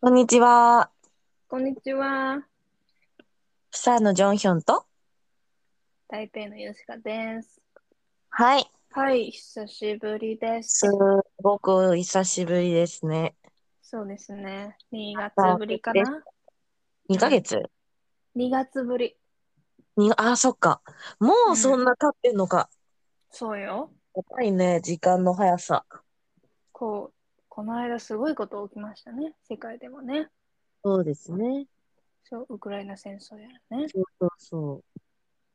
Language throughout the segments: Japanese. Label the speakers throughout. Speaker 1: こんにちは。
Speaker 2: こんにちは。
Speaker 1: プサンのジョンヒョンと。
Speaker 2: 台北のよしかです。
Speaker 1: はい。
Speaker 2: はい、久しぶりで
Speaker 1: す。
Speaker 2: す
Speaker 1: ごく久しぶりですね。
Speaker 2: そうですね。2月ぶりかな
Speaker 1: 2ヶ月
Speaker 2: ?2 月ぶり。
Speaker 1: にあ、そっか。もうそんな経ってんのか。
Speaker 2: そうよ。
Speaker 1: やばいね、時間の速さ。
Speaker 2: こう、この間すごいこと起きましたね。世界でもね。
Speaker 1: そうですね。
Speaker 2: そう、ウクライナ戦争やらね。
Speaker 1: そうそうそ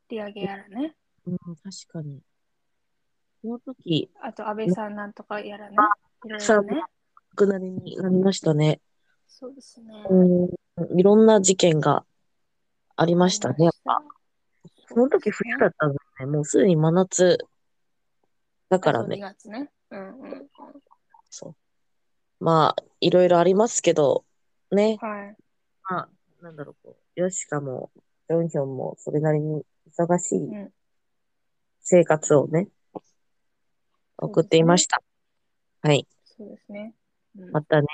Speaker 2: 利上げやらね。
Speaker 1: う。うん、確かに。その時、
Speaker 2: あと安倍さんなんとかやらね。いろい
Speaker 1: そ
Speaker 2: ろ
Speaker 1: う
Speaker 2: ね。
Speaker 1: 亡くなりになりましたね。
Speaker 2: そうですね。
Speaker 1: うん、いろんな事件がありましたね。やっぱその時冬だ
Speaker 2: っ
Speaker 1: ったんだね。もうすでに真夏だからね
Speaker 2: 2。月ね。うんうん。
Speaker 1: そう。まあ、いろいろありますけど、ね、
Speaker 2: はい。
Speaker 1: まあ、なんだろう、こう、ヨシカも、ジョンヒョンも、それなりに忙し
Speaker 2: う
Speaker 1: い
Speaker 2: ん。
Speaker 1: 生活をね、送っていました。はい。
Speaker 2: そうですね。うん
Speaker 1: またね、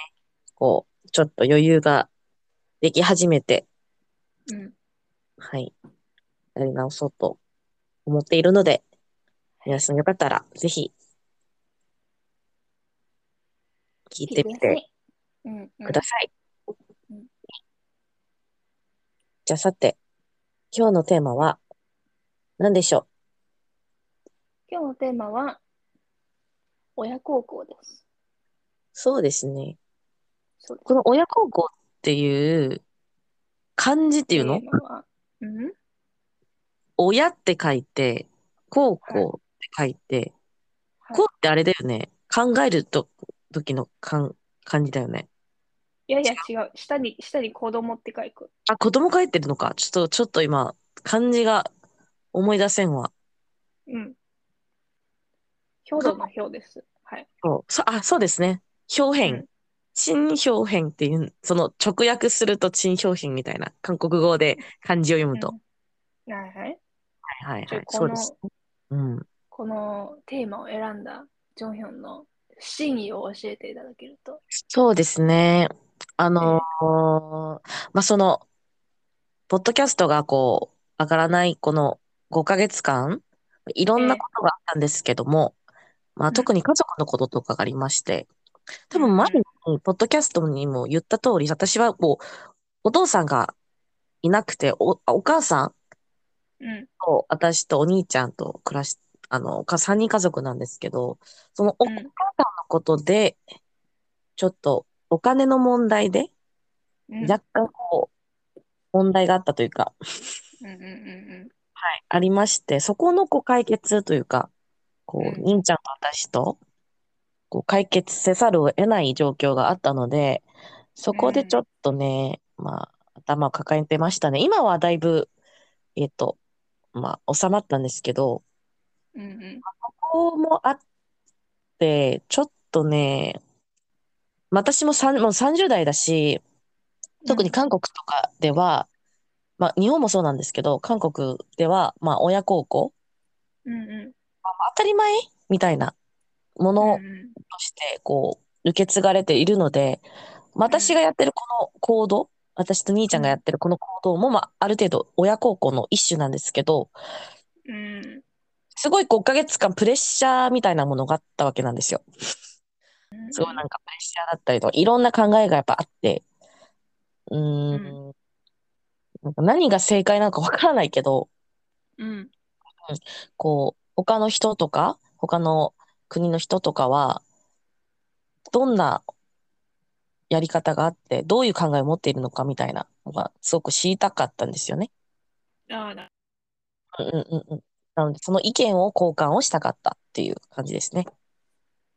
Speaker 1: こう、ちょっと余裕ができ始めて、
Speaker 2: うん。
Speaker 1: はい。やり直そうと思っているので、皆さんよかったら、ぜひ、聞いてみて
Speaker 2: うんうん。
Speaker 1: ください
Speaker 2: うん。
Speaker 1: じゃあさて、今日のテーマは何でしょ
Speaker 2: 今日のテーマは、親孝行です。
Speaker 1: うそうですね。
Speaker 2: そうです。
Speaker 1: この親孝行っていう漢字っていうの
Speaker 2: テーマはうん
Speaker 1: 親って書いて、孝行って書いて、
Speaker 2: はい
Speaker 1: 孝ってあれだよね。考えると時のかん漢字だよね。
Speaker 2: いやいや違う。下に、下に子供って書く。
Speaker 1: あ、子供書いてるのか。ちょっと、ちょっと今、漢字が思い出せんわ。
Speaker 2: うん。表土の表です。はい。
Speaker 1: そう、そ、あ、そうですね。表変。
Speaker 2: うん
Speaker 1: 陳表変っていう、その直訳すると陳表変みたいな、韓国語で漢字を読むと。
Speaker 2: うんはいはい。
Speaker 1: はいはい
Speaker 2: ち
Speaker 1: は
Speaker 2: ょ
Speaker 1: い、
Speaker 2: こ
Speaker 1: そうで
Speaker 2: の
Speaker 1: す。うん。
Speaker 2: このテーマを選んだジョンヒョンの真意を教えていただけると。
Speaker 1: そうですね。あのーまあ、その、ポッドキャストがこう、上がらないこの5ヶ月間、いろんなことがあったんですけども、まあ、
Speaker 2: うん
Speaker 1: 特に家族のこととかがありまして、多分前に、ポッドキャストにも言った通り、私はもう、お父さんがいなくて、お、お母さん
Speaker 2: うん。
Speaker 1: と私とお兄ちゃんと暮らし、あの、か3人家族なんですけど、そのお
Speaker 2: う
Speaker 1: 母
Speaker 2: ん
Speaker 1: さんのことで、ちょっとお金の問題で、
Speaker 2: うん。
Speaker 1: 若干こう、問題があったというか、
Speaker 2: うんうんうん
Speaker 1: ありまして、そこのこう解決というか、こう、
Speaker 2: うん
Speaker 1: 兄ちゃんと私と、こう解決せざるを得ない状況があったので、そこでちょっとね、まあ、頭を抱えてましたね。今はだいぶ、えっと、まあ、収まったんですけど、
Speaker 2: うん。うんうん。
Speaker 1: ここもあって、ちょっとね、私もさんもう30代だし、特に韓国とかでは、まあ日本もそうなんですけど、韓国では、まあ親孝行、
Speaker 2: うんうん。
Speaker 1: 当たり前みたいなもの
Speaker 2: うんうん
Speaker 1: として、こう、受け継がれているので、私がやってるこの行動、私と兄ちゃんがやってるこの行動も、まあある程度親孝行の一種なんですけど、
Speaker 2: うん。
Speaker 1: すごい5ヶ月間プレッシャーみたいなものがあったわけなんですよ。すごいなんかプレッシャーだったりとか、いろんな考えがやっぱあって、うーん、なんか何が正解なのかわからないけど、
Speaker 2: うん。
Speaker 1: こう、他の人とか、他の国の人とかは、どんなやり方があって、どういう考えを持っているのかみたいなのが、すごく知りたかったんですよね。
Speaker 2: ああ、な
Speaker 1: うんうんうん。なので、その意見を交換をしたかったっていう感じですね。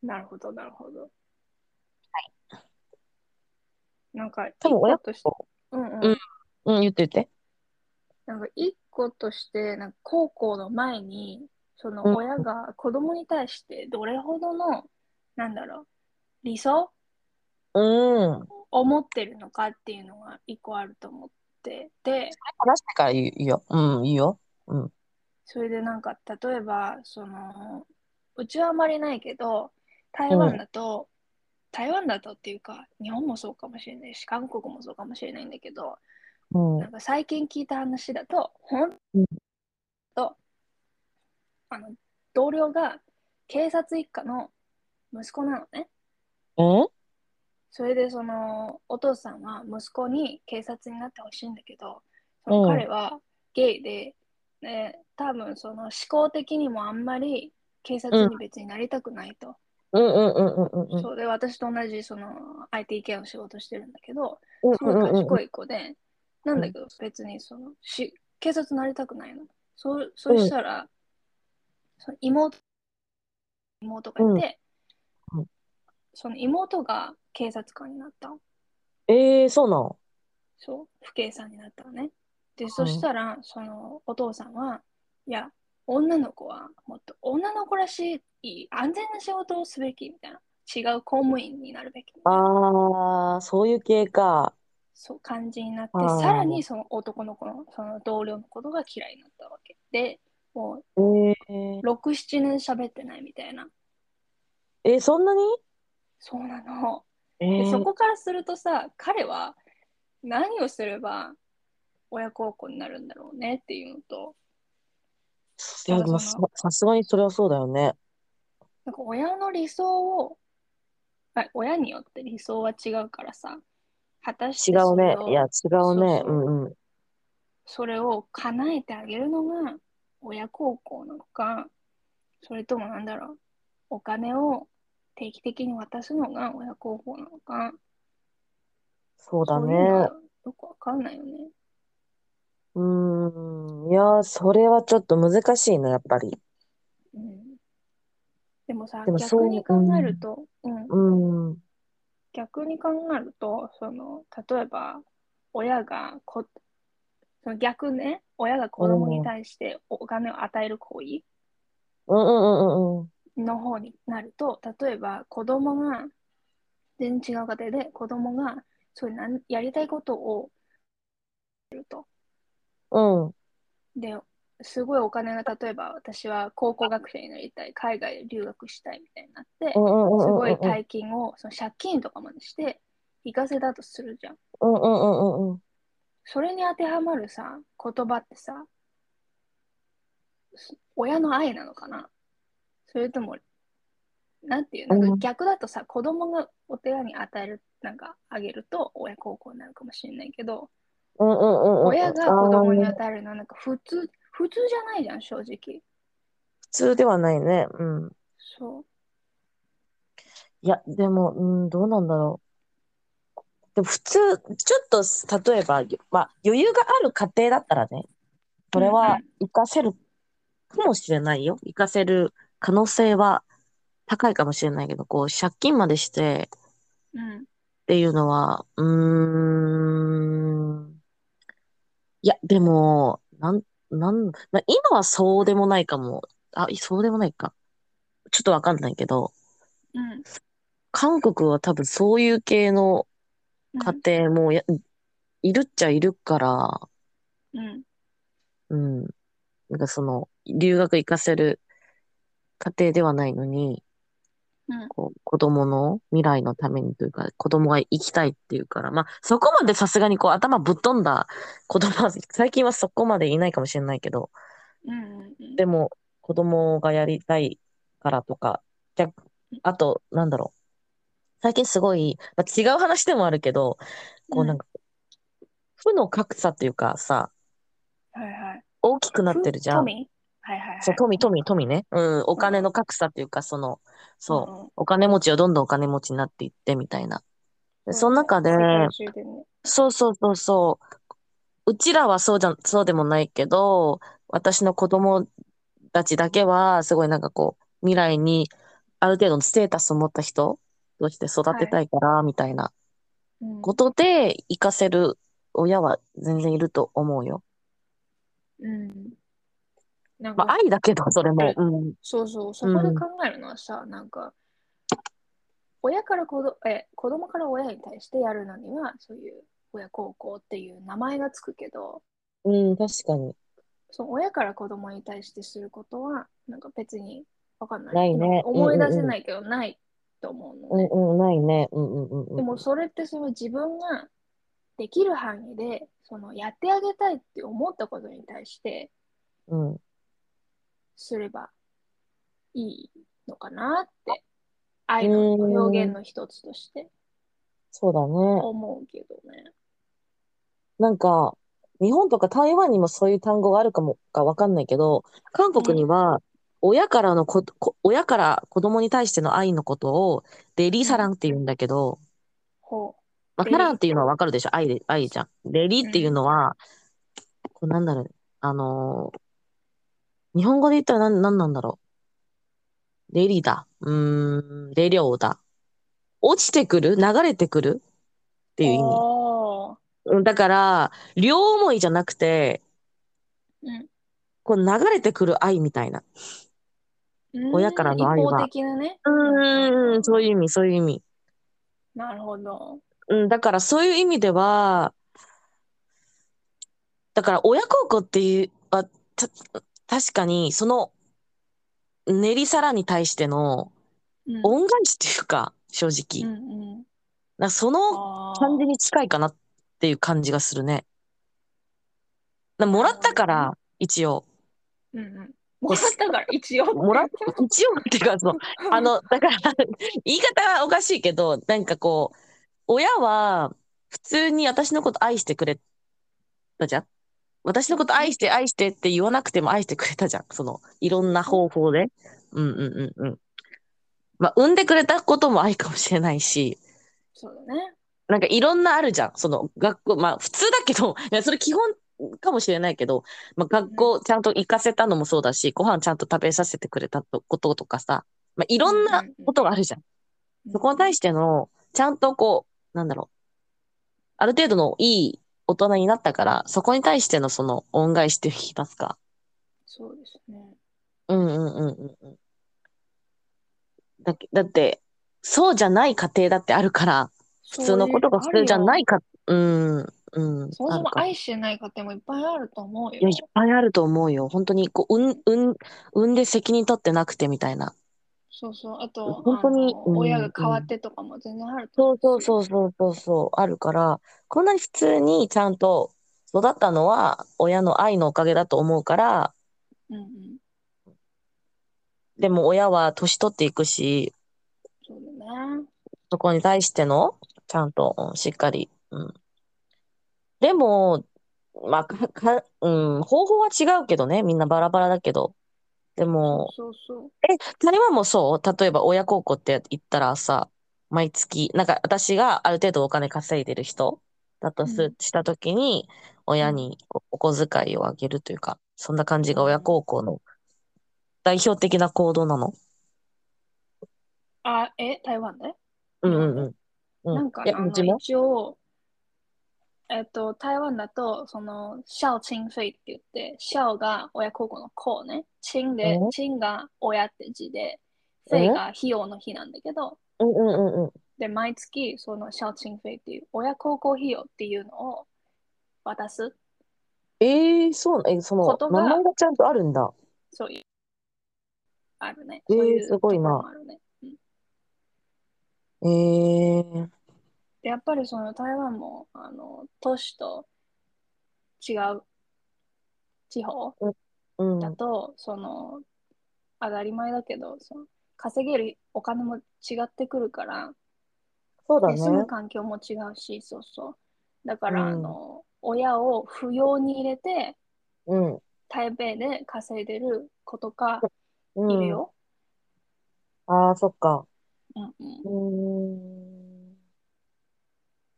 Speaker 2: なるほど、なるほど。はい。なんか、
Speaker 1: 多分親
Speaker 2: 一個として、うん
Speaker 1: う
Speaker 2: うんん。
Speaker 1: うん、言って言って。
Speaker 2: なんか、一個として、なんか、高校の前に、その
Speaker 1: うん
Speaker 2: 親が子供に対してどれほどの、なんだろう、理想
Speaker 1: うん。
Speaker 2: を持ってるのかっていうのが一個あると思ってて、
Speaker 1: 話してから言うよ。うん、いいよ。うん。
Speaker 2: それでなんか、例えば、その、うちはあまりないけど、台湾だと、台湾だとっていうか、日本もそうかもしれないし、韓国もそうかもしれないんだけど、
Speaker 1: うん。
Speaker 2: なんか最近聞いた話だと、ほん
Speaker 1: うん
Speaker 2: と、あの、同僚が警察一家の息子なのね。
Speaker 1: うん
Speaker 2: それでそのお父さんは息子に警察になってほしいんだけど、その
Speaker 1: うん
Speaker 2: 彼はゲイで、ね、多分その思考的にもあんまり警察に別になりたくないと。
Speaker 1: うんうんうんうんうん
Speaker 2: そうで私と同じその IT 系の仕事してるんだけど、
Speaker 1: うん
Speaker 2: す
Speaker 1: う
Speaker 2: ご
Speaker 1: ん
Speaker 2: い
Speaker 1: うんうん
Speaker 2: 賢い子で、なんだけど別にそのし警察になりたくないの。そうそうしたら、その妹妹がいて、
Speaker 1: うんうん
Speaker 2: その妹が警察官になったの。
Speaker 1: ええそうなの
Speaker 2: そう、不敬さんになったのね。で、そしたら、そのお父さんは、いや、女の子はもっと女の子らしい安全な仕事をすべきみたいな。違う公務員になるべきみたいな。
Speaker 1: ああ、そういう系か。
Speaker 2: そう感じになって
Speaker 1: あー、
Speaker 2: さらにその男の子の、その同僚のことが嫌いになったわけ。で、も
Speaker 1: ええ
Speaker 2: う、6、7年喋ってないみたいな。
Speaker 1: え、そんなに
Speaker 2: そうなの。
Speaker 1: え
Speaker 2: で、
Speaker 1: え
Speaker 2: そこからするとさ、彼は何をすれば親孝行になるんだろうねっていうのと、
Speaker 1: いや、でもささすがにそれはそうだよね。
Speaker 2: なんか親の理想を、あ親によって理想は違うからさ、果たし
Speaker 1: 違
Speaker 2: て
Speaker 1: う
Speaker 2: それ
Speaker 1: ね。
Speaker 2: を
Speaker 1: いや、違うね。
Speaker 2: そう
Speaker 1: う
Speaker 2: そうん
Speaker 1: うん。
Speaker 2: それを叶えてあげるのが親孝行なのか、それともなんだろう、お金を定期的に渡すのが親孝行なのか、
Speaker 1: そうだ
Speaker 2: そういうの
Speaker 1: ね
Speaker 2: は。よくわかんないよね。
Speaker 1: うーん。いや、それはちょっと難しいね、やっぱり。
Speaker 2: うん、でもさ、
Speaker 1: でもそう
Speaker 2: 逆に考えると、うん、
Speaker 1: うん。うん
Speaker 2: 逆に考えると、その、例えば、親がこ、その逆ね、親が子供に対してお金を与える行為
Speaker 1: うんうんうん
Speaker 2: の方になると、例えば子供が、全然違う家庭で子供が、そういうなんやりたいことを、
Speaker 1: うん。うん。
Speaker 2: で、すごいお金が、例えば私は高校学生になりたい、海外留学したいみたいになって
Speaker 1: う、んうんうん
Speaker 2: す
Speaker 1: うん
Speaker 2: ご
Speaker 1: う
Speaker 2: い
Speaker 1: ん。
Speaker 2: 大金を、その借金とかまでして、行かせたとするじゃん。
Speaker 1: うんうんうんうんうん。
Speaker 2: それに当てはまるさ、言葉ってさ、す親の愛なのかなそれとも、なんていう、なん
Speaker 1: う
Speaker 2: か
Speaker 1: ん
Speaker 2: 逆だとさ、子供がお手紙与える、なんかあげると親孝行になるかもしれないけど、
Speaker 1: うんうんうんうん。
Speaker 2: 親が子供に
Speaker 1: あー
Speaker 2: 与えるのはなんか普通、普通じゃないじゃん、正直。
Speaker 1: 普通ではないね。うん。
Speaker 2: そう。
Speaker 1: いや、でも、うん、どうなんだろう。でも普通、ちょっと、例えば、まあ、余裕がある家庭だったらね、それは活かせるかもしれないよ。活かせる可能性は高いかもしれないけど、こう、借金までして
Speaker 2: うん。
Speaker 1: っていうのは、うーん。いや、でも、なん、なん、まあ、今はそうでもないかも。あ、そうでもないか。ちょっとわかんないけど、
Speaker 2: うん。
Speaker 1: 韓国は多分そういう系の、
Speaker 2: うん。
Speaker 1: 家庭もや、いるっちゃいるから、
Speaker 2: うん。
Speaker 1: うん。なんかその、留学行かせる家庭ではないのに、
Speaker 2: うん。
Speaker 1: こう、子供の未来のためにというか、子供が行きたいっていうから、まあ、そこまでさすがにこう、頭ぶっ飛んだ子供は、最近はそこまでいないかもしれないけど、
Speaker 2: うん。うん。
Speaker 1: でも、子供がやりたいからとか、逆あと、なんだろう。最近すごい、まあ、違う話でもあるけど、こうなんか、負の格差というかさ、
Speaker 2: はいはい。
Speaker 1: 大きくなってるじゃん。
Speaker 2: 富はいはいはい。
Speaker 1: そう、富、富、富ね。うん、お金の格差っていうか、その、そう、
Speaker 2: うんうん。
Speaker 1: お金持ちはどんどんお金持ちになっていってみたいな。でその中で
Speaker 2: 世、界中でね。
Speaker 1: そうそうそうそう、うちらはそうじゃん、そうでもないけど、私の子供たちだけは、すごいなんかこう、未来にある程度のステータスを持った人として育てたいから、みたいな
Speaker 2: うん
Speaker 1: ことで、活かせる親は全然いると思うよ。
Speaker 2: うん。なん
Speaker 1: ま
Speaker 2: か
Speaker 1: あ、愛だけど、それも。うん。
Speaker 2: そうそう、そこで考えるのはさ、なんか、親から子どえ子供から親に対してやるのには、そういう親孝行っていう名前がつくけど、
Speaker 1: うん、確かに。
Speaker 2: その親から子供に対してすることは、なんか別にわかんない。
Speaker 1: ないね
Speaker 2: 今思い出せないけど、ないとと思うの
Speaker 1: う
Speaker 2: ね、
Speaker 1: んうん、ないね。うんうんうんうん。
Speaker 2: でもそれってその自分ができる範囲でそのやってあげたいって思ったことに対して
Speaker 1: うん。
Speaker 2: すればいいのかなって愛の表現の一つとして
Speaker 1: そうだね。
Speaker 2: 思うけどね。
Speaker 1: なんか、日本とか台湾にもそういう単語があるかもかわかんないけど、韓国には、親からのこ、こ親から子供に対しての愛のことを、レリサランって言うんだけど、
Speaker 2: ほ
Speaker 1: まあ、
Speaker 2: レリ
Speaker 1: サランっていうのはわかるでしょ愛で、愛じゃん。レリっていうのは、こうなんだろう、あのー日本語で言ったらなん、なんなんだろう。レリだ。うーん、レリョウだ。落ちてくる流れてくるって
Speaker 2: う。
Speaker 1: いう意味。
Speaker 2: おー
Speaker 1: うんだから、両思いじゃなくて、
Speaker 2: うん
Speaker 1: こう流れてくる愛みたいな。
Speaker 2: うん
Speaker 1: 親からの愛は
Speaker 2: 一方的なね。
Speaker 1: うん、そういう
Speaker 2: う。
Speaker 1: 意味、そういう意味。
Speaker 2: なるほど。
Speaker 1: うん、だからそういう意味では、だから親孝行っていう、は、た、確かに、その、練り皿に対しての
Speaker 2: うん
Speaker 1: 恩返しっていうか、正
Speaker 2: う
Speaker 1: 直。
Speaker 2: んうん。
Speaker 1: なんかその
Speaker 2: あー
Speaker 1: 感じに近いかなっていう感じがするね。なもらったか
Speaker 2: なるほ
Speaker 1: ら、一応。
Speaker 2: うんうん。もらったから、一応。
Speaker 1: もらっ一応っていうか、その、あの、だから、言い方はおかしいけど、なんかこう、親は、普通に私のこと愛してくれたじゃん私のこと愛して愛してって言わなくても愛してくれたじゃんその、いろんな方法で。うんうんうんうん。まあ、産んでくれたことも愛かもしれないし、
Speaker 2: そうだね。
Speaker 1: なんかいろんなあるじゃんその、学校、まあ、普通だけど、いやそれ基本かもしれないけど、まあ、学校ちゃんと行かせたのもそうだし、ご飯ちゃんと食べさせてくれたこととかさ、まあ、いろんなことがあるじゃん。そこに対
Speaker 2: し
Speaker 1: しての、ちゃんとこう、なんだろう。ある程度のいい大人になったから、そこに対してのその恩返しと言いますか。
Speaker 2: そうですね。。
Speaker 1: うんうんうんうんうん。だけ、だって、そうじゃない家庭だってあるから、普通のことが普通じゃないいか、うん、うん、
Speaker 2: そも
Speaker 1: あ
Speaker 2: そ
Speaker 1: る
Speaker 2: も
Speaker 1: か。い
Speaker 2: 愛してない家庭もいっぱいあると思うよ。
Speaker 1: や、いっぱいあると思うよ。本当に、こう、うん、うん、産んで責任取ってなくてみたいな。
Speaker 2: そうそう。あと、
Speaker 1: 本当に
Speaker 2: あの
Speaker 1: うん
Speaker 2: 親が変わってとかも全然あると
Speaker 1: そ
Speaker 2: 思
Speaker 1: うそう
Speaker 2: し
Speaker 1: そうそうそうそう、あるから、こんなに普通にちゃんと育ったのは親の愛のおかげだと思うから、
Speaker 2: うんうん。
Speaker 1: でも親は年取っていくし、
Speaker 2: そうだね。
Speaker 1: そこに対しての、ちゃんと、うんしっかり、うん。でも、まあ、か、か、うん、方法は違うけどね、みんなバラバラだけど。でも、
Speaker 2: そうそう。
Speaker 1: 台湾もそう例えば親孝行って言ったらさ、毎月、なんか私がある程度お金稼いでる人だとす、
Speaker 2: うん
Speaker 1: したときに、親におお小遣いをあげるというか、そんな感じが親孝行の代表的な行動なの。
Speaker 2: あ、え、台湾で
Speaker 1: うんうんうん。うん、
Speaker 2: なんか、
Speaker 1: いや、
Speaker 2: あ
Speaker 1: うち
Speaker 2: の、
Speaker 1: も
Speaker 2: 一応、えっと、台湾だと、その、孝親费って言って、孝が親孝行の孝ね。親で
Speaker 1: うん、
Speaker 2: 親が親って字で、
Speaker 1: うん
Speaker 2: 費が費用の費なんだけど、
Speaker 1: うんうんうんうん。
Speaker 2: で、毎月、その孝親費っていう、親孝行費用っていうのを渡す。
Speaker 1: ええそう、え、その、
Speaker 2: こと
Speaker 1: 名
Speaker 2: が
Speaker 1: 前がちゃんとあるんだ。
Speaker 2: そういう、あるね。
Speaker 1: えー
Speaker 2: そういう
Speaker 1: すごいな
Speaker 2: ところもあるね。うん
Speaker 1: ええ
Speaker 2: で、やっぱりその台湾も、あの、都市と違う地方
Speaker 1: うん、
Speaker 2: だと、その、当たり前だけど、その稼げるお金も違ってくるから、
Speaker 1: そうだ
Speaker 2: で住む
Speaker 1: ね。
Speaker 2: 環境も違うし、そうそう。だから、
Speaker 1: うん
Speaker 2: あの、親を扶養に入れて、
Speaker 1: うん、
Speaker 2: 台北で稼いでる子とか
Speaker 1: う
Speaker 2: い
Speaker 1: ん。
Speaker 2: るよ。
Speaker 1: ああ、そっか。
Speaker 2: うんうん
Speaker 1: うーん。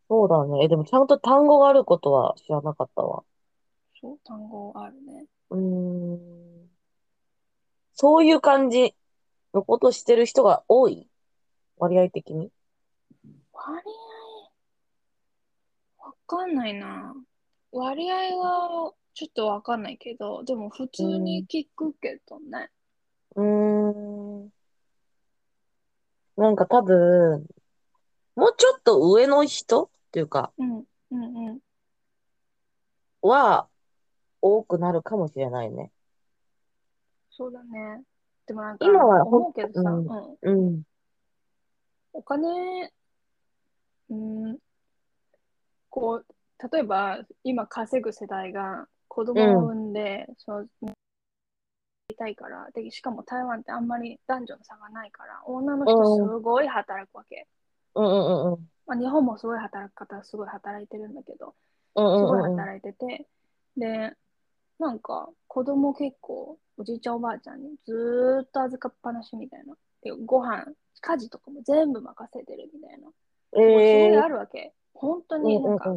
Speaker 1: そうだね。え、でもちゃんと単語があることは知らなかったわ。
Speaker 2: そう、単語あるね。
Speaker 1: うーん。そういう感じのことしてる人が多い。割合的に。
Speaker 2: 割合、わかんないな。割合はちょっとわかんないけど、でも普通に聞くけどね。
Speaker 1: うーん。なんか多分、もうちょっと上の人っていうか、
Speaker 2: うん、うん、うん。
Speaker 1: は、多くなるかもしれないね。
Speaker 2: そうだね。でもなんか、
Speaker 1: 今はほん
Speaker 2: 思うけどさ、
Speaker 1: う
Speaker 2: うんん、
Speaker 1: うん。
Speaker 2: お金、うん、こう、例えば今稼ぐ世代が子供を産んで、そう、いたいから、で、しかも台湾ってあんまり男女の差がないから、女の人すごい働くわけ。
Speaker 1: うんうんうんうん。
Speaker 2: まあ、日本もすごい働き方はすごい働いてるんだけど、
Speaker 1: う
Speaker 2: す
Speaker 1: ん
Speaker 2: ごい
Speaker 1: うんうん。
Speaker 2: 働いてて、で、なんか子供結構おじいちゃんおばあちゃんにずーっと預かっぱなしみたいな。で、ご飯、家事とかも全部任せてるみたいな。
Speaker 1: え
Speaker 2: もうすごい
Speaker 1: え
Speaker 2: あるわけ。本当
Speaker 1: うん
Speaker 2: になんか、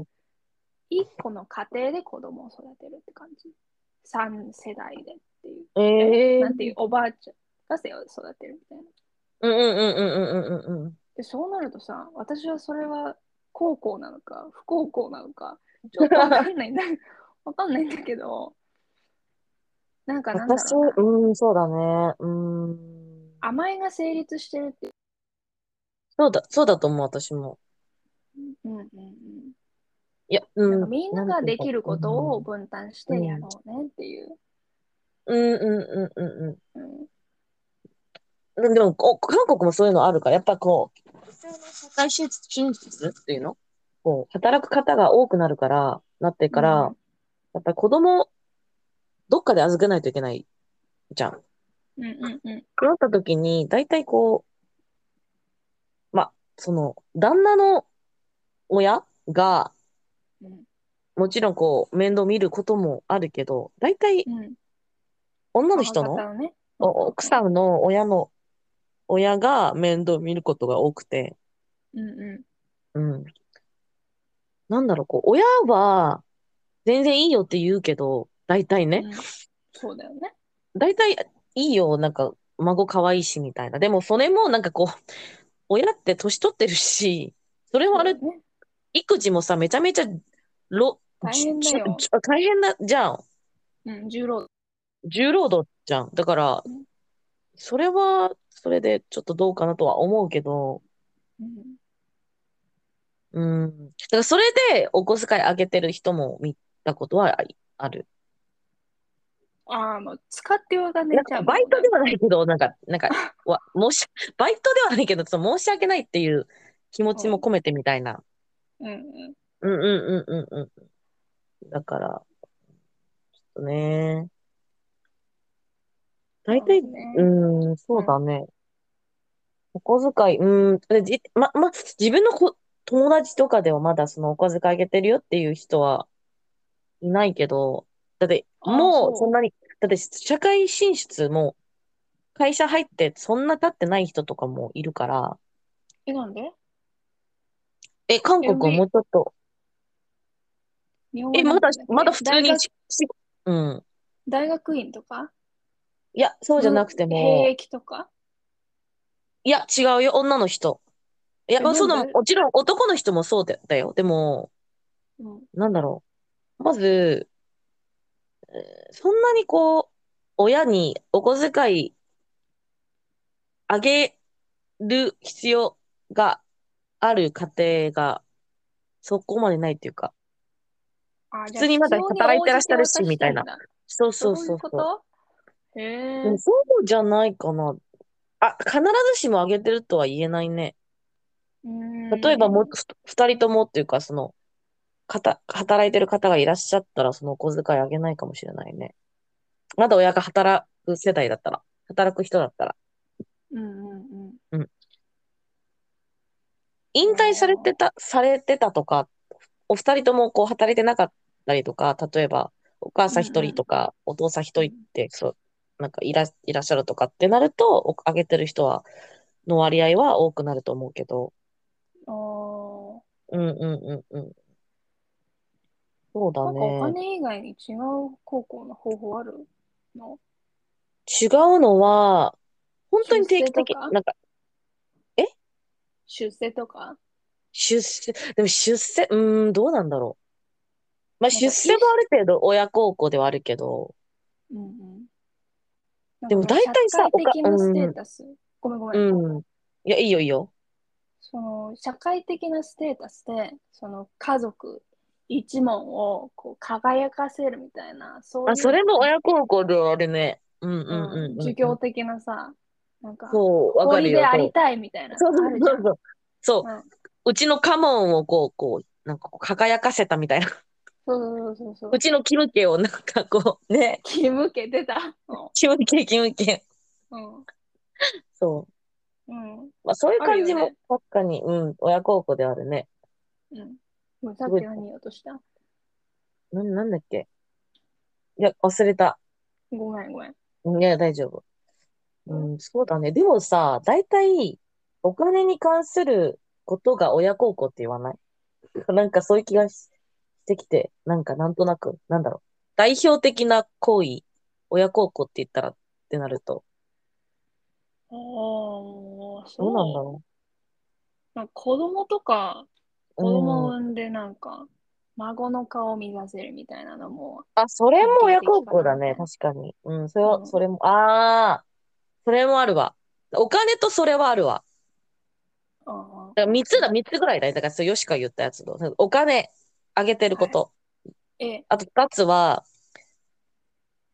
Speaker 2: 一個の家庭で子供を育てるって感じ。三世代でっていう。
Speaker 1: ええ
Speaker 2: なんていう、おばあちゃんが世を育てるみたいな。
Speaker 1: うんうんうんうんうんうんうん。
Speaker 2: で、そうなるとさ、私はそれは高校なのか、不高校なのか、ちょっとわかんないんだ。わかんないんだけど、なんかなんだ
Speaker 1: 私、
Speaker 2: ろうな。
Speaker 1: うん、そうだね。うん。
Speaker 2: 甘えが成立してるって。
Speaker 1: そうだ、そうだと思う、私も。
Speaker 2: うんうんうん。
Speaker 1: いや、う
Speaker 2: なんか
Speaker 1: ん。
Speaker 2: みんな
Speaker 1: な
Speaker 2: が
Speaker 1: んてい
Speaker 2: で
Speaker 1: うか
Speaker 2: きることを
Speaker 1: うん
Speaker 2: 分担してやろうねっていう。
Speaker 1: うんうんうんうんうん。
Speaker 2: うん。
Speaker 1: ででも、こ韓国もそういうのあるから、やっぱこう、女性の社会進出っていうのこう、働く方が多くなるから、なって
Speaker 2: う
Speaker 1: か
Speaker 2: んう
Speaker 1: ら、
Speaker 2: ん
Speaker 1: やっぱり子供、どっかで預けないといけないじゃん。
Speaker 2: うんうんうん。
Speaker 1: そうなった時に、大体こう、ま、その、旦那の親が、
Speaker 2: うん
Speaker 1: もちろんこう、面倒見ることもあるけど、大体
Speaker 2: うん、
Speaker 1: 女の
Speaker 2: 母
Speaker 1: 人の、
Speaker 2: 方をね。
Speaker 1: お奥さんの親の、親が面倒見ることが多くて、
Speaker 2: うんう
Speaker 1: うん。なんだろう、こう、親は全然いいよって言うけど、大体
Speaker 2: ん、
Speaker 1: ね、
Speaker 2: うん。そうだよね。
Speaker 1: 大体いいよ、なんか、孫可愛いし、みたいな。でも、それもなんかこう、親って年取ってるし、それ
Speaker 2: そ
Speaker 1: も
Speaker 2: う
Speaker 1: あ
Speaker 2: だ
Speaker 1: れ
Speaker 2: よ、ね。
Speaker 1: 育児もさ、めちゃめちゃ、ろ、
Speaker 2: 大
Speaker 1: じ
Speaker 2: 変だ
Speaker 1: じ
Speaker 2: よ。
Speaker 1: じ大変な、じゃん。
Speaker 2: うん、重労働。
Speaker 1: 重労働じゃん。だから、
Speaker 2: うん
Speaker 1: それは、それでちょっとどうかなとは思うけど、
Speaker 2: うん
Speaker 1: うん。だからそれでお小遣いあげてる人も見たことはありある。
Speaker 2: ああ、もう使ってはがね
Speaker 1: なん
Speaker 2: ちゃ
Speaker 1: か
Speaker 2: うもん
Speaker 1: バイ
Speaker 2: ね。
Speaker 1: トではないけど、なんか、なん か、わ、申し、バイトではないけど、ちょっと申し訳ないっていう気持ちも込めてみたいな。
Speaker 2: うんうん。
Speaker 1: うんうんうんうんうん。だから、ちょっとね。大
Speaker 2: そうだ
Speaker 1: 体、
Speaker 2: ね。
Speaker 1: うん、そうだね。お小遣い、うん、でじ、ま、ま、自分のこ友達とかではまだそのお小遣いあげてるよっていう人はいないけど、だって
Speaker 2: ああ、
Speaker 1: もうそん
Speaker 2: そ
Speaker 1: なに、だって社会進出も会社入ってそんな経ってない人とかもいるから、
Speaker 2: う。え、なんで
Speaker 1: え、韓国はも
Speaker 2: ?MB、
Speaker 1: うちょっと、
Speaker 2: 日本
Speaker 1: え、
Speaker 2: 語
Speaker 1: ま
Speaker 2: なん
Speaker 1: だ、
Speaker 2: てだっ
Speaker 1: まだ
Speaker 2: け
Speaker 1: 普通
Speaker 2: 大
Speaker 1: に
Speaker 2: 学、
Speaker 1: し、しうん。
Speaker 2: 大学院とか
Speaker 1: いや、そうじゃな
Speaker 2: 文、
Speaker 1: くて
Speaker 2: 兵
Speaker 1: も、
Speaker 2: 役とか
Speaker 1: いや、違うよ、女の人。いや、
Speaker 2: え、
Speaker 1: まあ、
Speaker 2: な
Speaker 1: そ
Speaker 2: ん
Speaker 1: う
Speaker 2: で
Speaker 1: なの、もちろん男の人もそうだだよ。でも、
Speaker 2: うん。
Speaker 1: なんだろう。まず、そんなにこう、親にお小遣いあげる必要がある家庭がそこまでないっていうか、
Speaker 2: ああ、
Speaker 1: 普
Speaker 2: じゃあ
Speaker 1: 通にま
Speaker 2: 必
Speaker 1: だ
Speaker 2: 要に
Speaker 1: 働い
Speaker 2: 応
Speaker 1: てらっ
Speaker 2: じ
Speaker 1: してゃるし、
Speaker 2: 渡し
Speaker 1: みた
Speaker 2: た
Speaker 1: い
Speaker 2: ん
Speaker 1: な。
Speaker 2: だ。
Speaker 1: そうそう
Speaker 2: そうい
Speaker 1: そうう
Speaker 2: こ
Speaker 1: そう。
Speaker 2: とへ
Speaker 1: で
Speaker 2: え。
Speaker 1: もそうじゃないかな。あ、必ずしもあげてるとは言えないね。
Speaker 2: うー
Speaker 1: 例えばもう、
Speaker 2: ん。
Speaker 1: ふ二人ともっていうか、その、かた、働いてる方がいらっしゃったら、そのお小遣いあげないかもしれないね。まだ親が働く世代だったら、働く人だったら。
Speaker 2: うんうんうん。
Speaker 1: うん引退されて
Speaker 2: あ
Speaker 1: た、されてたとか、お二人ともこう働いてなかったりとか、例えば、お母
Speaker 2: あ。
Speaker 1: さ
Speaker 2: うん
Speaker 1: 一
Speaker 2: ん
Speaker 1: 人
Speaker 2: う
Speaker 1: とか、お父さん一
Speaker 2: ん。う
Speaker 1: 人っ
Speaker 2: ん
Speaker 1: て、そう、なんかいら、いらっしゃるとかってなると、おあげてる人は、の割合は多くなると思うけど、
Speaker 2: あー
Speaker 1: うんうんうんうん。そうだ
Speaker 2: なんかお
Speaker 1: ね。
Speaker 2: 金以外に違う高校の方法あるの
Speaker 1: 違うのは、本当
Speaker 2: 出
Speaker 1: に定
Speaker 2: 世
Speaker 1: 期
Speaker 2: と
Speaker 1: 的、
Speaker 2: か
Speaker 1: なんか、え
Speaker 2: 出世とか
Speaker 1: 出世、でも出世、うーん、どうなんだろう。まあ、
Speaker 2: なん
Speaker 1: 出
Speaker 2: か
Speaker 1: 世
Speaker 2: いい
Speaker 1: もあ
Speaker 2: し、
Speaker 1: る程度親孝行ではあるけど、
Speaker 2: うんうん。
Speaker 1: で
Speaker 2: なんか
Speaker 1: も
Speaker 2: もう
Speaker 1: 大
Speaker 2: 社
Speaker 1: 体さ、
Speaker 2: 会
Speaker 1: おか、
Speaker 2: 的なステ
Speaker 1: う
Speaker 2: ー
Speaker 1: ん、
Speaker 2: タス。ごめんごめん。
Speaker 1: うん。いや、いいよいいよ。
Speaker 2: その社会的なステータスで、その家族一門をこう輝かせるみたいな、そう
Speaker 1: あ、
Speaker 2: い
Speaker 1: それ
Speaker 2: う、
Speaker 1: も親孝行ではあるね。うんうん
Speaker 2: うん、
Speaker 1: うん
Speaker 2: 授
Speaker 1: うんう
Speaker 2: 業
Speaker 1: ん。
Speaker 2: 的なさ、なんか、
Speaker 1: そう、わか
Speaker 2: 森
Speaker 1: る
Speaker 2: で
Speaker 1: よ。
Speaker 2: あ
Speaker 1: そ
Speaker 2: り
Speaker 1: う
Speaker 2: たいみたいな
Speaker 1: そう
Speaker 2: の
Speaker 1: そ
Speaker 2: あ
Speaker 1: う
Speaker 2: るじ
Speaker 1: そ
Speaker 2: ゃ。
Speaker 1: うんそう。そう
Speaker 2: うん
Speaker 1: うちの家紋をこう、こう、なんかこう輝かせたみたいな。
Speaker 2: そうそうそうそう
Speaker 1: う。ちのキムケをなんかこう、ね、
Speaker 2: 気向けてた。
Speaker 1: キムケ、キムケ。
Speaker 2: うん。
Speaker 1: そ
Speaker 2: うん。
Speaker 1: う。まあそういう感じ
Speaker 2: あるよ
Speaker 1: も
Speaker 2: ね、
Speaker 1: 確かに、うん、親孝行ではあるね。
Speaker 2: うん。もうさっき何言おうとした
Speaker 1: な、なんだっけ。いや、忘れた。
Speaker 2: ごめんごめん。
Speaker 1: いや、大丈夫。うん、そうだね。でもさ、大体、お金に関することが親孝行って言わない なんかそういう気がししてきて、なんかなんとなく、なんだろう。代表的な行為、親孝行って言ったらってなると、
Speaker 2: ああ、そ
Speaker 1: どうなんだ
Speaker 2: う。
Speaker 1: ろ
Speaker 2: なんか子供とか、
Speaker 1: う。
Speaker 2: 子供を
Speaker 1: うん。
Speaker 2: 産んでなんか、孫の顔を見させるみたいなのも、
Speaker 1: あ、それも親孝行だ
Speaker 2: 典
Speaker 1: ね。
Speaker 2: 型
Speaker 1: 確かに。うん、それは、
Speaker 2: うん
Speaker 1: それも、ああ、それもあるわ。お金とそれはあるわ。
Speaker 2: ああ、
Speaker 1: だから3つだ、3つぐらいだね。だから、そう、ヨシカ言ったやつと。お金、あげてること。
Speaker 2: え、
Speaker 1: あと二つは、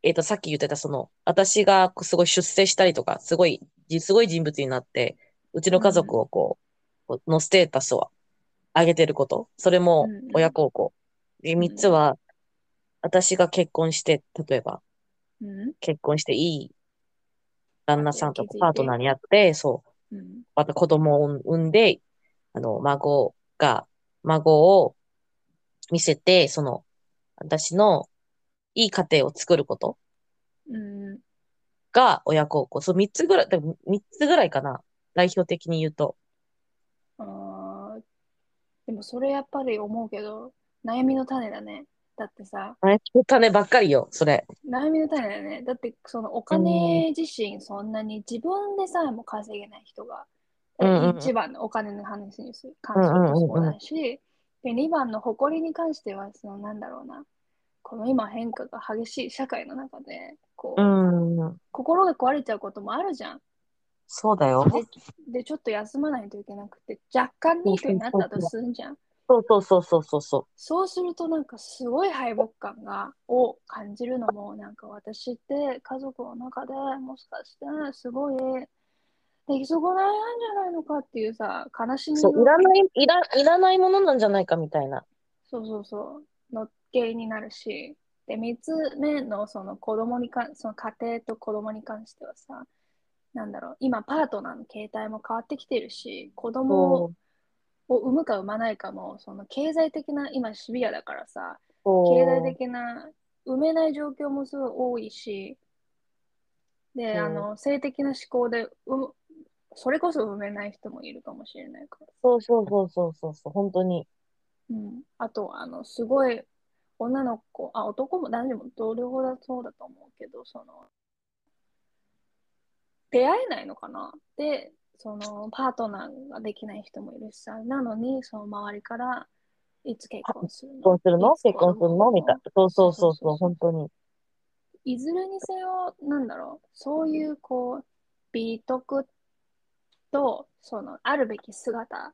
Speaker 1: えっと、さっき言ってた、その、私がこうすごい出世したりとか、すごい、じすごい人物になって、うちの家族をこう、こうのステータスを上げてること。それも
Speaker 2: うん
Speaker 1: 親孝行。で、
Speaker 2: ん
Speaker 1: 三つは、私が結婚して、例えば、
Speaker 2: うん、
Speaker 1: 結婚していい旦那さんとかパ
Speaker 2: パ
Speaker 1: ー
Speaker 2: ー
Speaker 1: ト
Speaker 2: ト
Speaker 1: ナ
Speaker 2: ナ
Speaker 1: ーに会って、そう、
Speaker 2: うん、
Speaker 1: また子供を産んで、あの、孫が、孫を見せて、その、私のいい家庭を作ること。
Speaker 2: うん、
Speaker 1: が親孝行。そう、三つぐらい、でも三つぐらいかな。代表的に言うと。
Speaker 2: ああ、でもそれやっぱり思うけど、悩みの種だね。だってさ、
Speaker 1: あれ、種ばっかりよ、それ。
Speaker 2: 悩みの種だよね。だって、そのお金自身、そんなに自分でさえも稼げない人が、
Speaker 1: うんうんうん
Speaker 2: 一番のお金の話にする関してもそうだし、で、2番の誇りに関しては、その、なんだろうな、この今変化が激しい社会の中で、こう、
Speaker 1: ん。
Speaker 2: 心が壊れちゃうこともあるじゃん。
Speaker 1: そうだよ。
Speaker 2: で、ちょっと休まないといけなくて、若干ニートになったとすんじゃん。
Speaker 1: そうそうそうそうそうそ
Speaker 2: そうするとなんかすごい敗北感がを感じるのもなんか私って家族の中でもしかしてすごい出来損ないなんじゃないのかっていうさ悲し
Speaker 1: う。
Speaker 2: み
Speaker 1: そう、
Speaker 2: の
Speaker 1: いらない、いら、いらないものなんじゃないかみたいな。
Speaker 2: そうそうそうのっけになるしで3つ目のその子供にかその家庭と子供に関してはさなんだろう今パートナーの形態も変わってきてるし子供を
Speaker 1: う。
Speaker 2: を産むか産まないかもその経済的な今シビアだからさ
Speaker 1: そう
Speaker 2: 経済的な埋めない状況もすごい多いし
Speaker 1: う
Speaker 2: で、
Speaker 1: ん
Speaker 2: あの性的な思考でうそれこそ埋めない人もいるかもしれないから、
Speaker 1: そうそうそうそうそうそう、本当に。
Speaker 2: うん、あとはあのすごい女の子あ男も男女も同僚だそうだと思うけどその出会えないのかなでそのパートナーができない人もいるしさなのにその周りからいつ結婚する
Speaker 1: 結
Speaker 2: の
Speaker 1: 婚するの
Speaker 2: いつ子
Speaker 1: 結婚するの
Speaker 2: 供
Speaker 1: みたいな。そうそうそう
Speaker 2: そ
Speaker 1: そ、
Speaker 2: うそううそう
Speaker 1: 本当に。
Speaker 2: いずれにせよ、なんだろう、そういうこう、美徳と、その、あるべき姿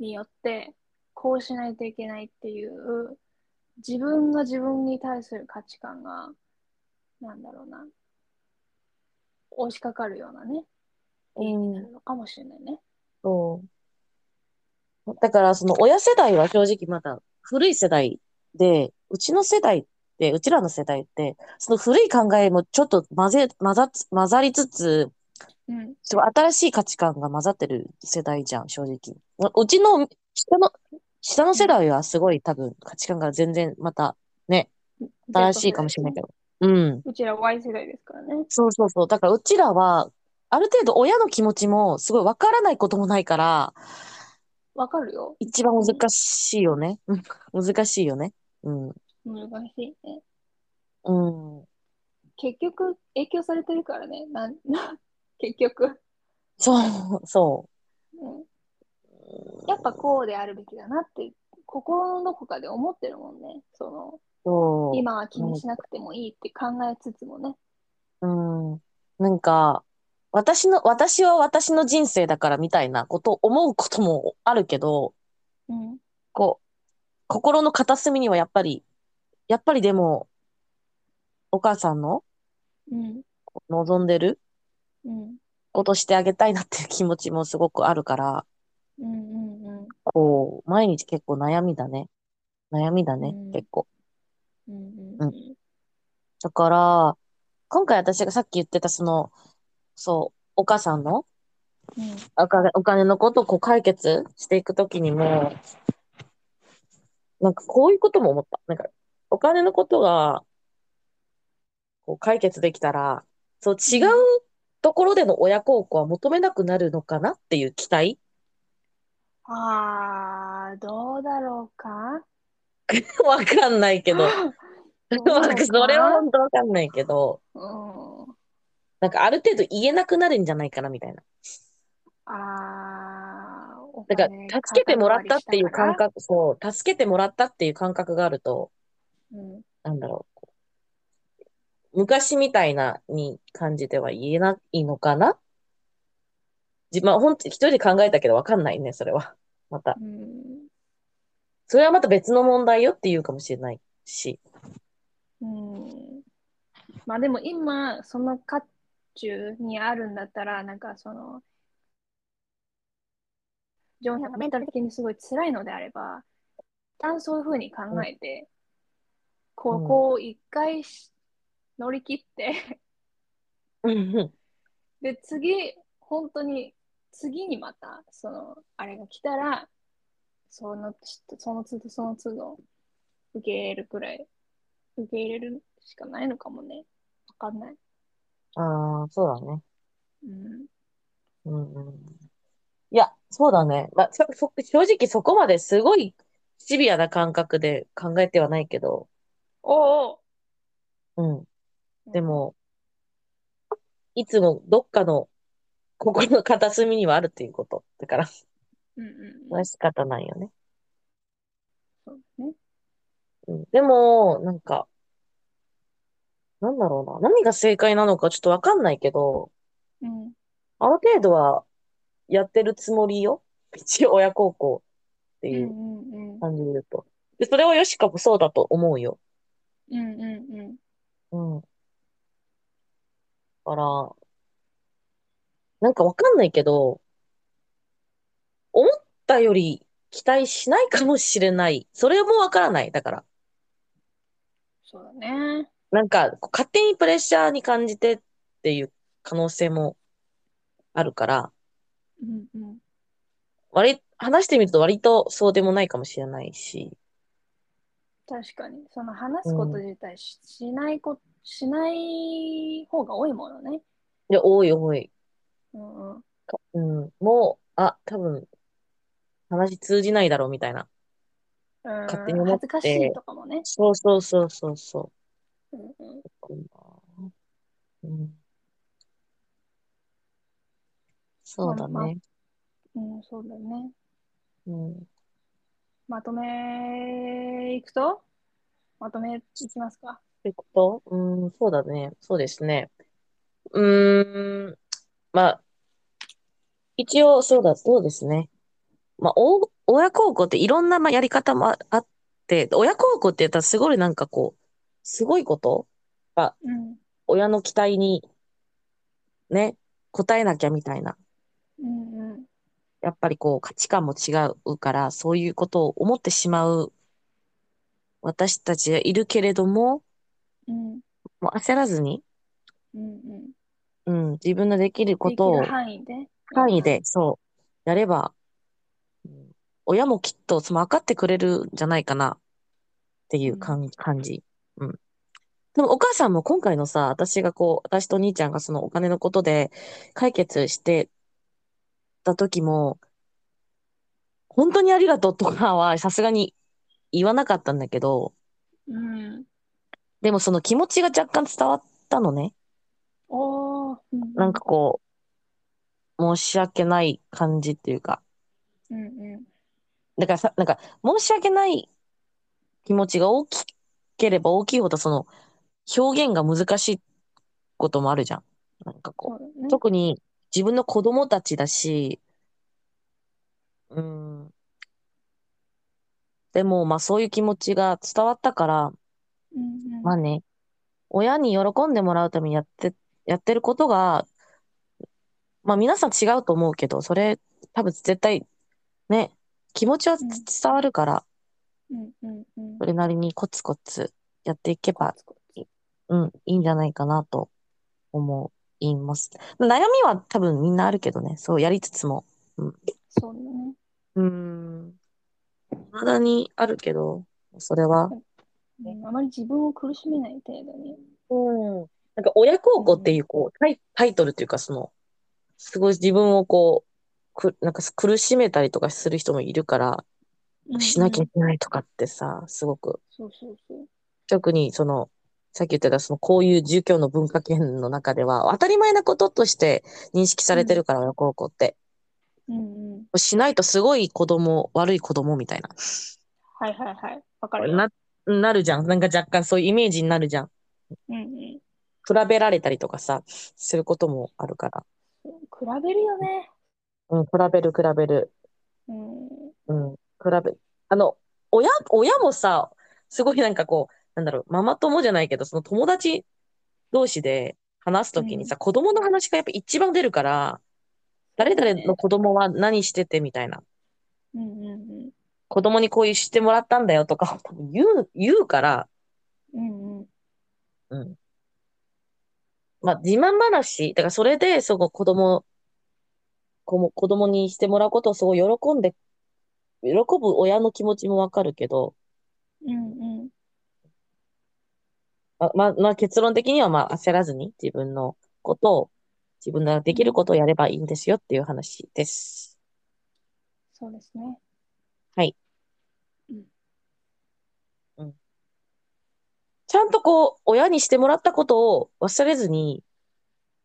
Speaker 2: によって、こうしないといけないっていう、自分が自分に対する価値観が、なんだろうな、押しかかるようなね、
Speaker 1: う。
Speaker 2: 家になんるのかもしれないね。
Speaker 1: そう。だから、その親世代は正直まだ古い世代で、うちの世代って、うちらの世代って、その古い考えもちょっと混ぜ、混ざつ、混ざりつつ、
Speaker 2: うん。
Speaker 1: ちょっと新しい価値観が混ざってる世代じゃん、正直。ううちの、下の、下の世代はすごい多分価値観が全然また新しいかもしれないけ
Speaker 2: ど。
Speaker 1: ど。うん。
Speaker 2: うちら Y 世代ですからね。
Speaker 1: そうそうそう。だからうちらは、ある程度親の気持ちもすごいわからないこともないから、
Speaker 2: わかるよ。
Speaker 1: 一番難しいよね。うん難しいよね。うん。
Speaker 2: 難しいね。
Speaker 1: うん。
Speaker 2: 結局、影響されてるからね。なん 結局。
Speaker 1: そう、そ
Speaker 2: うん
Speaker 1: う。
Speaker 2: やっぱこうであるべきだなって心のどこかで思ってるもんねその
Speaker 1: そう。
Speaker 2: 今は気にしなくてもいいって考えつつもね
Speaker 1: うん。なんか、私の、私は私の人生だからみたいなことを思うこともあるけど、
Speaker 2: うん
Speaker 1: こう、心の片隅にはやっぱり、やっぱりでも、お母さんの
Speaker 2: うん
Speaker 1: 望んでる
Speaker 2: うん
Speaker 1: ことしてあげたいなっていう気持ちもすごくあるから、
Speaker 2: うんうんうん。
Speaker 1: こう、毎日結構悩みだね。悩みだね、
Speaker 2: うん
Speaker 1: 結構。
Speaker 2: うん
Speaker 1: う
Speaker 2: うんん
Speaker 1: だから、今回私がさっき言ってた、その、そう、お母さんの
Speaker 2: うん。
Speaker 1: お金お金のことをこう解決していくときにも、なんかこういうことも思った。なんか、お金のことが、こう解決できたら、そう違うところでの親孝行は求めなくなるのかなっていう期待
Speaker 2: ああ、どうだろうか。
Speaker 1: わかんないけ ど。
Speaker 2: どうなのかな
Speaker 1: それは本当わかんないけど、
Speaker 2: うん。
Speaker 1: なんかある程度言えなくなるんじゃないかなみたいな。
Speaker 2: ああ、お
Speaker 1: だから、
Speaker 2: 金
Speaker 1: 助けてもらったっていう
Speaker 2: 関
Speaker 1: 感
Speaker 2: わりしたか
Speaker 1: 覚、そう、助けてもらったっていう感覚があると、
Speaker 2: ら。うん。
Speaker 1: なんだろう。昔みたいなに感じては言えないのかなじ、まあ、ほんと、一人で考えたけどわかんないね、それは。また。
Speaker 2: うん
Speaker 1: それはまた別の問題よって言うかもしれないし。
Speaker 2: うんまあでも今その渦中にあるんだったらなんかその情緒がメンタル的にすごい辛いのであれば一旦そういうふうに考えて、ここを一回し乗り切って
Speaker 1: うんうん
Speaker 2: で次本当に次にまたそのあれが来たらそのその都度その都度受け入れるくらい受け入れるしかないのかもねわかんない。
Speaker 1: ああ、そうだね。
Speaker 2: うん
Speaker 1: うんうん。いや、そうだね。まあ、そそ正直そこまですごいシビアな感覚で考えてはないけど、
Speaker 2: おう
Speaker 1: うん。
Speaker 2: おう
Speaker 1: で、も、いつもどっかの心の片隅にはあるっていうこと。だから、
Speaker 2: うんうん
Speaker 1: ま
Speaker 2: うん、
Speaker 1: あ仕方ないよね。
Speaker 2: そうだね。
Speaker 1: うん、でも、なんか、なんだろうな。何が正解なのかちょっとわかんないけど、
Speaker 2: うん、
Speaker 1: ある程度はやってるつもりよ。一応親孝行って
Speaker 2: う
Speaker 1: い
Speaker 2: ん
Speaker 1: う
Speaker 2: うんうん、
Speaker 1: 感じで言うと。で、それはヨシカもそうだと思うよ。
Speaker 2: うんうんうん、
Speaker 1: うん。だから、なんかわかんないけど、思ったより期待しないかもしれない。それもわからない。だから、
Speaker 2: そうだね。
Speaker 1: なんかこう勝手にプレッシャーに感じてっていう可能性もあるから、
Speaker 2: うんうん、
Speaker 1: 割り、話してみると割とそうでもないかもしれないし、
Speaker 2: 確かに、その話すこと自体し,、ないこしない方が多いものね。
Speaker 1: いや、多い多い。
Speaker 2: うんうん、
Speaker 1: うん、もう、あ、多分、話通じないだろうみたいな。勝手に
Speaker 2: うん
Speaker 1: 思っ
Speaker 2: 恥
Speaker 1: て
Speaker 2: ずかしいとかもね。
Speaker 1: そうそうそうそうそう。
Speaker 2: うんうん、
Speaker 1: うんそうだ
Speaker 2: まあま
Speaker 1: ね。
Speaker 2: うん、そうだね。
Speaker 1: うん。
Speaker 2: まとめいくとまとめいきますか。
Speaker 1: ということうん、そうだね。そうですね。うーん、まあ、一応、そうだ、そうですね。まあ、お、親孝行っていろんな、まあ、やり方もああって、親孝行って言ったらすごいなんかこう、すごいこと
Speaker 2: うん、
Speaker 1: 親の期待に、ね、応えなきゃみたいな。
Speaker 2: うんうん、
Speaker 1: やっぱりこう価値観も違うから、そういうことを思ってしまう私たちはいるけれども、
Speaker 2: うん、
Speaker 1: もう焦らずに、
Speaker 2: うん、うん。
Speaker 1: うん、自分のできるこ
Speaker 2: でき
Speaker 1: とを
Speaker 2: る範囲で。
Speaker 1: 範囲で、そう、やれば、うん親もきっとその分かってくれるんじゃないかなっていう感感じ。うん。でもお母さんも今回のさ、私がこう、私と兄ちゃんがそのお金のことで解決してた時も、本当にありがとうとかはさすがに言わなかったんだけど、
Speaker 2: うん。
Speaker 1: でもその気持ちが若干伝わったのね。
Speaker 2: おお、う
Speaker 1: なんか、こう、申し訳ない感じっていうか。
Speaker 2: うんうん
Speaker 1: だからさ、なんか、申し訳ない気持ちが大きければ大きいほど、その、表現が難しいこともあるじゃん。なんか
Speaker 2: そ
Speaker 1: こ
Speaker 2: うだ
Speaker 1: う、
Speaker 2: ね。
Speaker 1: 特に自分の子供たちだし、うん。でも、まあそういう気持ちが伝わったから、
Speaker 2: うんうん、
Speaker 1: まあね、親に喜んでもらうためにやって、やってることが、まあ皆さん違うと思うけど、それ多分絶対ね、気持ちは
Speaker 2: うん
Speaker 1: 伝わるから、
Speaker 2: うんうんうん
Speaker 1: そ。れなりにコツコツやっていけば、
Speaker 2: コツコツ
Speaker 1: うん、いいんじゃないかなと思います。悩みは多分みんなあるけどね、そうやりつつも。
Speaker 2: そうね。
Speaker 1: うん。未だにあるけど、それは。
Speaker 2: うんあまり自分を苦しめない程度に。
Speaker 1: うん。なんか親孝行っていうこうタイ、タイトルっていうかその、すごい自分をこう、く、なんか苦しめたりとかする人もいるから、
Speaker 2: うんうん
Speaker 1: しなきゃいけないとかってさ、すごく、
Speaker 2: そうそうそう。
Speaker 1: 特にその、さっき言ってた、その、こういう儒教の文化圏の中では、当たり前なこととして認識されてるから、親孝行って。
Speaker 2: うんうん。
Speaker 1: しないとすごい子供、悪い子供みたいな。
Speaker 2: はいはいはい。わかるよ。
Speaker 1: な、なるじゃん。なんか若干そういうイメージになるじゃん。
Speaker 2: うんうん。
Speaker 1: 比べられたりとかさ、することもあるから。
Speaker 2: 比べるよね。
Speaker 1: うん、比べる、比べる。
Speaker 2: うん。
Speaker 1: うん、比べ、あの、親、親もさ、すごいなんかこう、なんだろう、ママ友じゃないけど、その友達同士で話すときにさ、子供の話がやっぱ一番出るから、誰々の子供は何しててみたいな、
Speaker 2: うんうん
Speaker 1: 子供にこういうしてもらったんだよとか、 多分言う、言うから、
Speaker 2: うん。うんうん。
Speaker 1: うん。まあ、自慢話、だからそれで、その子供、子も、子供にしてもらうことをすごい喜んで、喜ぶ親の気持ちもわかるけど、
Speaker 2: うんうん。
Speaker 1: ままあ、まあ、結論的には、まあ、焦らずに自分のことを、自分ができることをやればいいんですよっていう話です。
Speaker 2: そうですね。
Speaker 1: はい
Speaker 2: うん。
Speaker 1: ちゃんとこう、親にしてもらったことを忘れずに、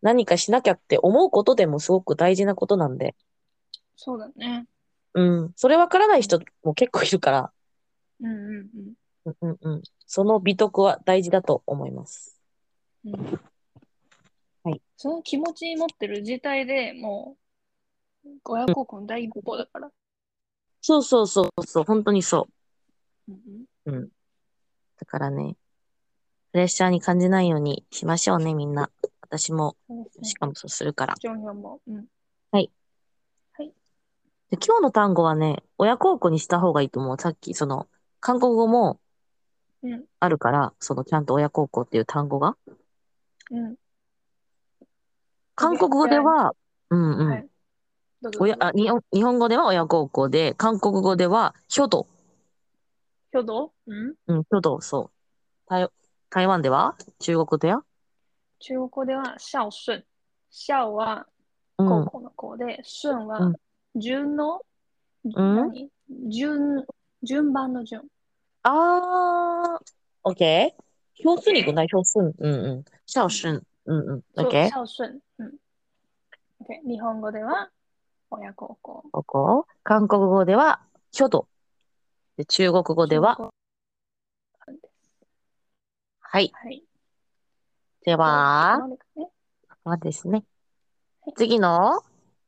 Speaker 1: 何かしなきゃって思うことでもすごく大事なことなんで、
Speaker 2: そうだね。
Speaker 1: うん。それわからない人も結構いるから、
Speaker 2: うんうん
Speaker 1: うんうんうん。その美徳は大事だと思います。
Speaker 2: うん。うん
Speaker 1: はい。
Speaker 2: その気持ち持ってる自体でもう、親孝行の第一歩だから。
Speaker 1: そうそうそうそう、本当にそう。
Speaker 2: うんうん。
Speaker 1: だからね、プレッシャーに感じないようにしましょうね、みんな。私も、
Speaker 2: そうですね
Speaker 1: し。かもそうするから。
Speaker 2: ジョンヒョンも。うん。
Speaker 1: で今日の単語はね、親孝行にした方がいいと思う。さっき、その、韓国語も
Speaker 2: うん
Speaker 1: あるから、その、ちゃんと親孝行っていう単語が。
Speaker 2: うん。
Speaker 1: 韓国語では、うんうん。
Speaker 2: はいどうぞ。
Speaker 1: 親
Speaker 2: ど
Speaker 1: あ
Speaker 2: うぞ
Speaker 1: 日本日本語では親孝行で、韓国語では、書道。
Speaker 2: 挙動うん
Speaker 1: うん、書道、そう。台台湾では中国では
Speaker 2: 中国語では孝順。孝は
Speaker 1: う
Speaker 2: 孝
Speaker 1: ん。
Speaker 2: 行の孝で、順
Speaker 1: う
Speaker 2: は
Speaker 1: ん
Speaker 2: 順の、
Speaker 1: ん
Speaker 2: 何順、順番の順。
Speaker 1: あー、OK。標準に行くな、標準。うんうん。孝順。うんうん。
Speaker 2: そう
Speaker 1: OK。
Speaker 2: 孝順。うん。OK 日本語では親孝行。
Speaker 1: ここ。韓国語では、書道。で、中国語では、
Speaker 2: 中国語
Speaker 1: はい。
Speaker 2: はい。
Speaker 1: では、
Speaker 2: ここまでかね
Speaker 1: まあですね
Speaker 2: はい。
Speaker 1: 次の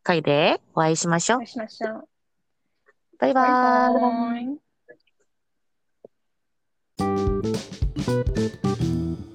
Speaker 1: 回でお会いしましょう
Speaker 2: お会。いしましょう。
Speaker 1: バイバーイ。
Speaker 2: バイバイ